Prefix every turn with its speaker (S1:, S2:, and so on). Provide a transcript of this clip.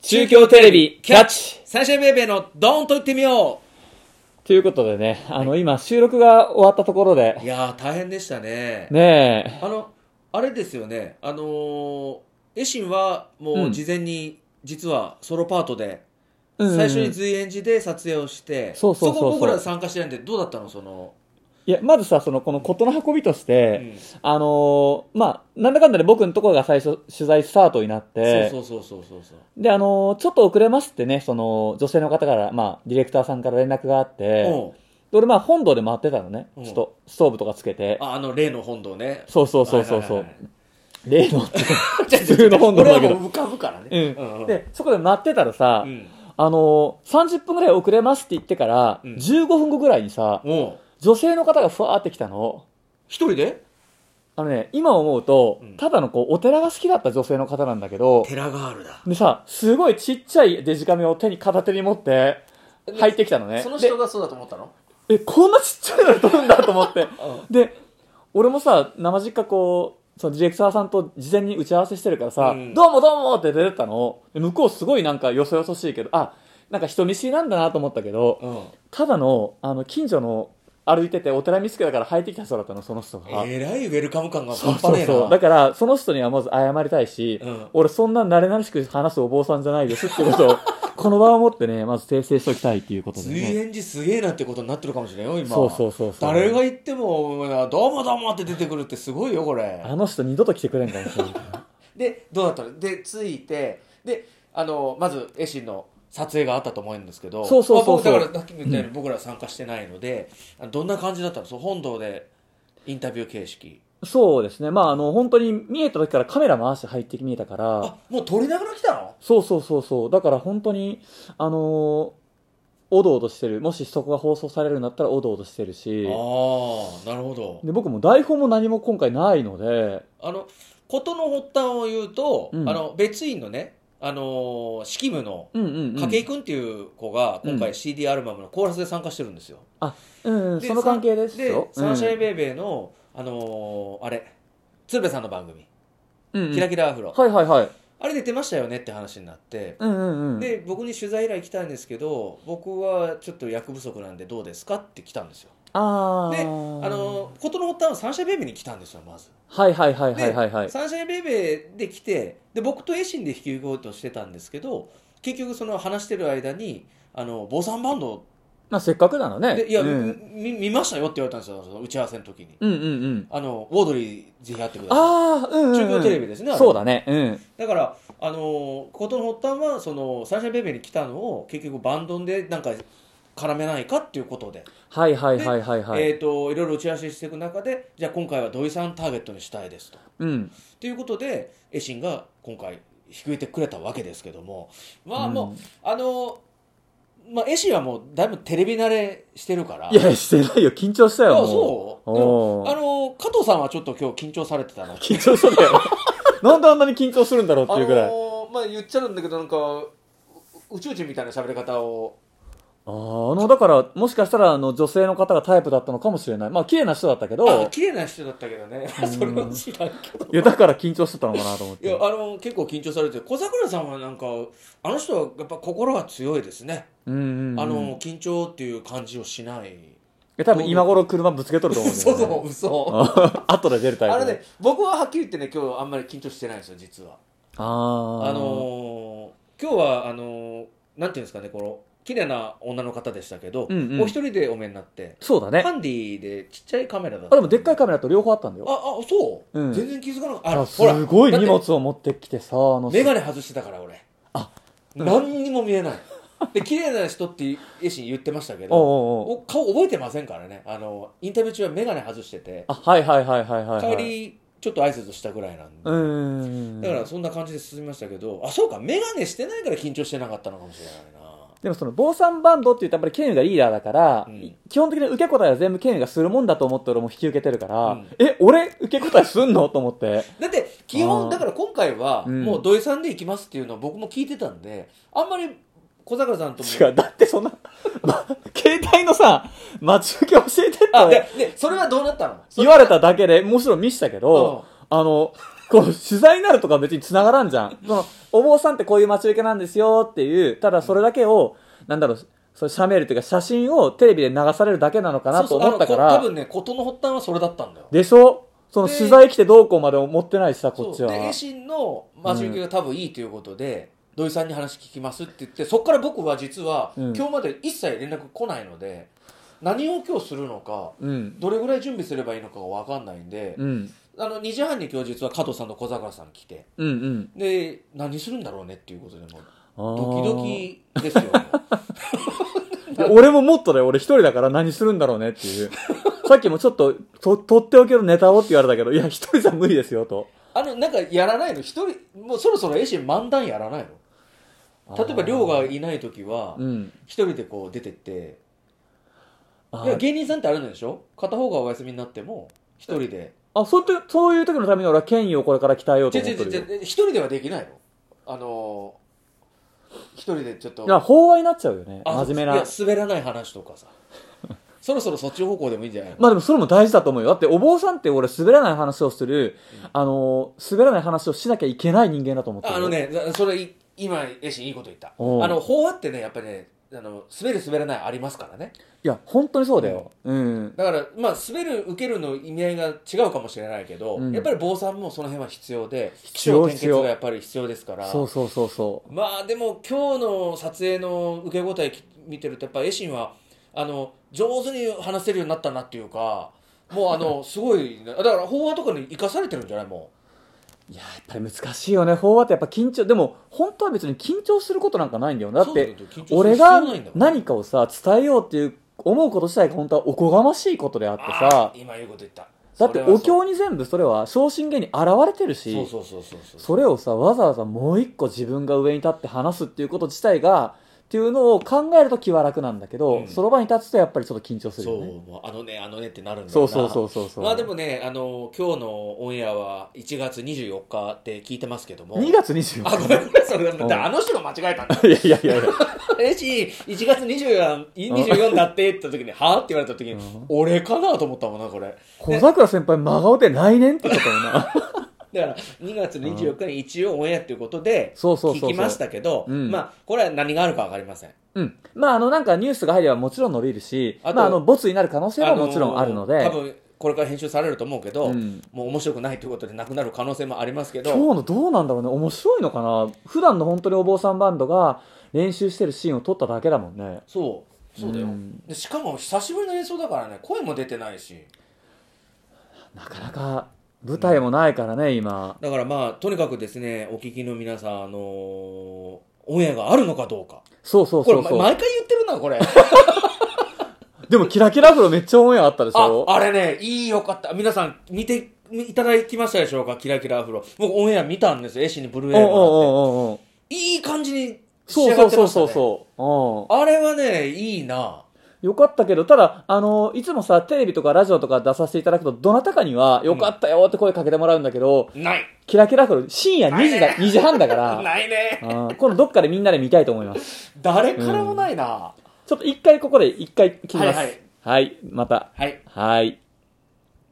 S1: 中京テレビキャッチ
S2: サンシャインベイベーのドーンと言ってみよ
S1: ということでね、あの、今、収録が終わったところで
S2: うい、やー大変でしたね
S1: ねえ、
S2: あのあれですよねあのー、エシンはも
S1: うん
S2: う事前に実はソロパートで、
S1: うん
S2: 最初に随演寺で撮影をして
S1: そうそうそうそう
S2: こ僕ら参加してないんでどうだったのその、
S1: いや、まずさ、その、この事の運びとし
S2: う
S1: て、
S2: ん
S1: あのーまあ、なんだかんだで僕のところが最初、取材スタートになって、
S2: そうそうそうそうそう
S1: で、あのーちょっと遅れますってね、その、女性の方から、まあ、ディレクターさんから連絡があって、
S2: そう、
S1: で俺、まあ、本堂で回ってたのね、
S2: うん
S1: ちょっと、ストーブとかつけて
S2: う、んああの例の本堂ね
S1: そうそうそうそうそう、
S2: はいはい
S1: 例
S2: はいはい
S1: のって、普通の本堂だけ
S2: 俺は
S1: ど。
S2: もう浮かぶからね。
S1: うん
S2: うんうん
S1: で、そこで待ってたらさ、
S2: うん。
S1: あのー、30分ぐらい遅れますって言ってから、
S2: うん
S1: 15分後ぐらいにさ、
S2: おう
S1: 女性の方がふわーってきたの。
S2: 一人で
S1: あのね、今思うと、
S2: うん
S1: ただのこう、お寺が好きだった女性の方なんだけど、
S2: 寺ガールだ。
S1: でさ、すごいちっちゃいデジカメを手に片手に持って、入ってきたのね。
S2: その人がそうだと思ったの
S1: でえ、こんなちっちゃいのに撮るんだと思って。で、俺もさ、生実家こう、そのディレクターさんと事前に打ち合わせしてるからさ、
S2: うん
S1: どうもどうもって出てったの。で向こうすごいなんかよそよそしいけど、あ、なんか人見知りなんだなと思ったけど、
S2: う
S1: ただの、あの、近所の歩いててお寺見つけたから入ってきた人だったの、その人が。
S2: ん。えらいウェルカム感が
S1: そ
S2: 半
S1: うそ
S2: 端
S1: う
S2: ねえ
S1: そう。だ
S2: な。
S1: から、その人にはまず謝りたいし、
S2: うん
S1: 俺そんな慣れ慣れしく話すお坊さんじゃないですってこと を、この場をもってね、まず訂正しときたいっていうことで
S2: 随
S1: ね。
S2: 演寺すげえなってことになってるかもしれんよ、今。
S1: そうそうそうそう
S2: 誰が言っても、どうもどうもって出てくるってすごいよ、これ。
S1: あの人二度と来てくれんかもしれない。
S2: で、どうだったので、ついて、で、あの、まず、エシンの撮影があったと思うんですけど、
S1: そうそうそうそう
S2: まあ僕だから、さっきも言ったように僕らは参加してないので、あのどんな感じだったのそう本堂でインタビュー形式。
S1: そうですね。まあ、あの、本当に見えた時からカメラ回して入って見えたから、
S2: あ、もう撮りながら来たの
S1: そうそうそうそう。だから本当に、あのーおどおどしてる。もしそこが放送されるんだったらおどおどしてるし、
S2: ああなるほど
S1: で、僕も台本も何も今回ないので、
S2: あの事の発端を言うと、
S1: うん
S2: あの別院のねあのー式務の
S1: うんうん、うん。
S2: 筧井君っていう子が今
S1: う
S2: 回 CD アルバムのコーラスで参加してるんですよ、
S1: うんうん、
S2: で
S1: その関係です
S2: で
S1: よ。
S2: サンシャイン
S1: ベ
S2: ベイベーの、あのーあれ鶴瓶さんの番組
S1: うん
S2: 「
S1: うん
S2: キラキラアフロ」
S1: はいはいはい。
S2: あれ出てましたよねって話になって、
S1: うんうんうん。
S2: で僕に取材依頼来たんですけど僕はちょっと役不足なんでどうですかって来たんですよ
S1: ああ。
S2: であのー事の発端はサンシャインベイベーに来たんですよまず
S1: はいはいはいは
S2: で
S1: いはいはい。
S2: サンシャインベイベーで来てで僕とエシンで引き受けようとしてたんですけど結局その話してる間にあの坊さんバンド
S1: まあせっかくならね。
S2: でいや、
S1: うん
S2: み見ましたよって言われたんですよその打ち合わせの時に
S1: うんうんうん。
S2: あのウォードリーぜひやってくださ
S1: ああ、うんうんうん。
S2: 中京テレビですねあれ
S1: そうだね。うん。
S2: いだからあのことの発端はそのサンシャインベイベーに来たのを結局バンドでなんか絡めないかっていうことで、
S1: はいはいはいはいはい。
S2: えー、といろいろ打ち合わせしていく中でじゃあ今回は土井さんターゲットにしたいですと。
S1: うん。
S2: ということでエシンが今回引き受けてくれたわけですけどもまあもう、
S1: うん
S2: あのまあエシンはもうだいぶテレビ慣れしてるから
S1: いや、してないよ。緊張したよ。
S2: あ
S1: も
S2: そうで
S1: お
S2: も
S1: ー
S2: あの加藤さんはちょっと今日緊張されてたの
S1: 緊張したんだ よ。なんであんなに緊張するんだろうって
S2: あ
S1: いうぐらい。
S2: のまあ言っちゃうんだけどなんか宇宙人みたいな喋り方を
S1: あーあの、だから、もしかしたら、あの、女性の方がタイプだったのかもしれない。まあ、綺麗な人だったけ
S2: あ
S1: ど、
S2: 綺麗な人だったけどね それは知らんけど
S1: いや、だから緊張してたのかなと思っ
S2: いや
S1: て。
S2: あの結構緊張されて小桜さんはなんかあの人はやっぱ心が強いですね、
S1: うんうんうん。
S2: あの緊張っていう感じをしない
S1: いや多分今頃車ぶつけとると思うんだよ、
S2: 嘘
S1: ね。
S2: そう嘘
S1: あ後で出るタイプ。
S2: あれね僕ははっきり言ってね今日あんまり緊張してないんですよ実は
S1: あ
S2: あ
S1: ー。
S2: のー今日はあのーなんていうんですかねこの綺麗な女の方でしたけど、
S1: うんうん
S2: お一人でお目になって
S1: そうだね。
S2: ハンディでちっちゃいカメラだっ
S1: あ、
S2: た
S1: でもでっかいカメラと両方あったんだよ。
S2: ああそう、
S1: うん
S2: 全然気づかなかった
S1: あ
S2: あ
S1: すごい
S2: だっ
S1: 荷
S2: て
S1: 物を持ってきてさ、あの、
S2: 眼鏡外してたから俺
S1: あ
S2: 何にも見えないで綺麗な人って絵心言ってましたけど
S1: おうおうおう
S2: お顔覚えてませんからねあのインタビュー中は眼鏡外してて
S1: あ、はいはいはいはいはい、はい。
S2: 帰りちょっと挨拶したぐらいなんで、
S1: うーん。
S2: だからそんな感じで進みましたけどあそうか眼鏡してないから緊張してなかったのかもしれないな
S1: でもその、坊さんバンドって言うとやっぱりケンユがリーダーだから、
S2: うん
S1: 基本的に受け答えは全部ケンユがするもんだと思って俺も引き受けてるから、
S2: うん
S1: え、俺受け答えすんのと思って。
S2: だって基
S1: あー
S2: 本だから今回は
S1: うん
S2: もう土井さんで行きますっていうのは僕も聞いてたんであんまり小坂さんとも
S1: 違う、だってそんな、ま、携帯のさ、待ち受け教えてって
S2: あ
S1: 俺
S2: ででそれはどうなったの
S1: 言われただけで、もちろん見せたけど、あの、こう、取材になるとか別に繋がらんじゃ ん。その、お坊さんってこういう待ち受けなんですよっていう、ただそれだけを、なんだろう、その写メールというか写真をテレビで流されるだけなのかなと思ったか
S2: そうそうあのこ
S1: ら
S2: 多、分ね事の発端はそれだったんだよ
S1: でしょその
S2: で
S1: 取材来てどうこうまで思ってないしさ、こっちは。
S2: そうで維新の待ち受けが多分いいということで、土井さんに話聞きますって言ってそこから僕は実は、
S1: うん
S2: 今日まで一切連絡来ないので何を今日するのか
S1: うん。
S2: どれぐらい準備すればいいのかが分かんないんで、
S1: うん。
S2: あの2時半に今日実は加藤さんと小坂さん来て
S1: うんうん。
S2: で何するんだろうねっていうことでもう
S1: あー
S2: ドキドキです よ
S1: いや俺ももっとだよ。俺一人だから何するんだろうねって いう。さっきもちょっと、と、とっておきのネタをって言われたけど、いや、一人じゃ無理ですよ、と。
S2: あのなんかやらないの一人もうそろそろ絵師漫談やらないの例えば亮がいない時は
S1: うん。
S2: 一人でこう出てって
S1: あ
S2: いや芸人さんってあるんでしょ片方がお休みになっても一人で
S1: あ、そうやって、そういう時のために俺は権威をこれから鍛えようと
S2: 違う
S1: 思っ
S2: 違
S1: て
S2: う
S1: る
S2: 違
S1: よ。
S2: う一人ではできないのあのー一人でちょっと
S1: いや、法話になっちゃうよね。
S2: あ
S1: 真面目
S2: い
S1: な
S2: や。滑らない話とか さそろそろそっち方向でもいいんじゃないの、
S1: まあでもそれも大事だと思うよ。だってお坊さんって俺滑らない話をする、あのー、滑らない話をしなきゃいけない人間だと思ってる。
S2: ああの。ねざそれい今絵師いいこと言ったあ
S1: おう
S2: の法話ってねやっぱりねあの滑る滑らないありますからね
S1: いや、本当にそうだよ。うん。
S2: だからまあ滑る受けるの意味合いが違うかもしれないけど、
S1: うん
S2: やっぱり坊さんもその辺は必要で
S1: 必要
S2: 起承転結がやっぱり必要ですから
S1: そうそうそうそ
S2: まあでも今日の撮影の受け答えき見てるとやっぱエシンはあの上手に話せるようになったなっていうかもう あのすごいなだから法話とかに生かされてるんじゃないも
S1: う。いや、やっぱり難しいよね。法話ってやっぱ緊張。でも、本当は別に緊張することなんかないんだよ。
S2: う
S1: だっ
S2: そう
S1: て、
S2: だよ緊張する
S1: 俺
S2: 必要
S1: が
S2: ないんだもん
S1: 何かをさ、伝えようっていう、思うこと自体が本当はおこがましいことであって
S2: あ
S1: さ
S2: ー、今言うこと言った
S1: だって
S2: それは
S1: お経に全部それは、昇進芸に現れてるし、
S2: そうそうそうそうそうそう
S1: それをさ、わざわざもう一個自分が上に立って話すっていうこと自体が、っていうのを考えると気は楽なんだけ
S2: う
S1: ど、
S2: ん
S1: その場に立つとやっぱりちょっと緊張する
S2: そ
S1: よ
S2: う
S1: ね。
S2: もうあのねあのねってなるんだ
S1: そうそうそううそうそう。
S2: まあでもねあの今日のオンエアは1月24日って聞いてますけども
S1: 2月24
S2: あ
S1: 日。
S2: ごめんなさいそれ
S1: うん
S2: あの人が間違えたんだ
S1: いやいやいやいや。
S2: えし、1月24 24だってって言った時に、はぁって言われた時に
S1: うん、
S2: 俺かなと思ったもんな、これ。
S1: 小桜先輩真顔で来年って言ってたよな。
S2: だから、2月24日に一応オンエアということで、
S1: そうそうそうそ
S2: 聞
S1: う。
S2: きましたけど、
S1: うん
S2: まあ、これは何があるかわかりません。
S1: うん。まああのなんかニュースが入ればもちろん伸びるし、
S2: あと
S1: まああの、ボツになる可能性はもちろんあるので、
S2: あ多分、これから編集されると思うけど、
S1: うん
S2: もう面白くないということでなくなる可能性もありますけ
S1: 今
S2: ど、
S1: 日のどうなんだろうね。面白いのかな普段の本当にお坊さんバンドが練習してるシーンを撮っただけだもんね。
S2: そう、そうだよ。
S1: うん
S2: でしかも、久しぶりの演奏だからね、声も出てないし。
S1: なかなか舞台もないからね、今。
S2: だからまあ、とにかくですね、お聞きの皆さん、あのーオンエアがあるのかどうか。
S1: そうそう
S2: これ、
S1: そう
S2: ま
S1: そう。
S2: 毎回言ってる な、これ。
S1: でもキラキラ風呂めっちゃオンエアあったでし
S2: あ
S1: ょ、
S2: あれね、いいよかった。皆さん、見て、いただきましたでしょうかキラキラアフロ。僕、オンエア見たんですよ。絵師にブルー
S1: う
S2: エ
S1: んうん
S2: イ
S1: うん
S2: もらっ
S1: うんうん。
S2: て。いい感じに仕
S1: そう
S2: 上が
S1: そ
S2: っ
S1: う
S2: て
S1: そ
S2: ま
S1: う
S2: した、ね。
S1: そうそう。
S2: あれはね、いいな。
S1: うん。よかったけど、ただ、あの、いつもさ、テレビとかラジオとか出させていただくと、どなたかには、よかったよって声かけてもらうんだけど、
S2: ない。
S1: キラキラ風呂、深夜2時だ、2時半だか ら、
S2: ないね。
S1: うん今度どっかでみんなで見たいと思います。
S2: 誰からもないな。
S1: ちょっと一回ここで一回切ります。
S2: はいはい
S1: はい、また。
S2: はい。
S1: はい。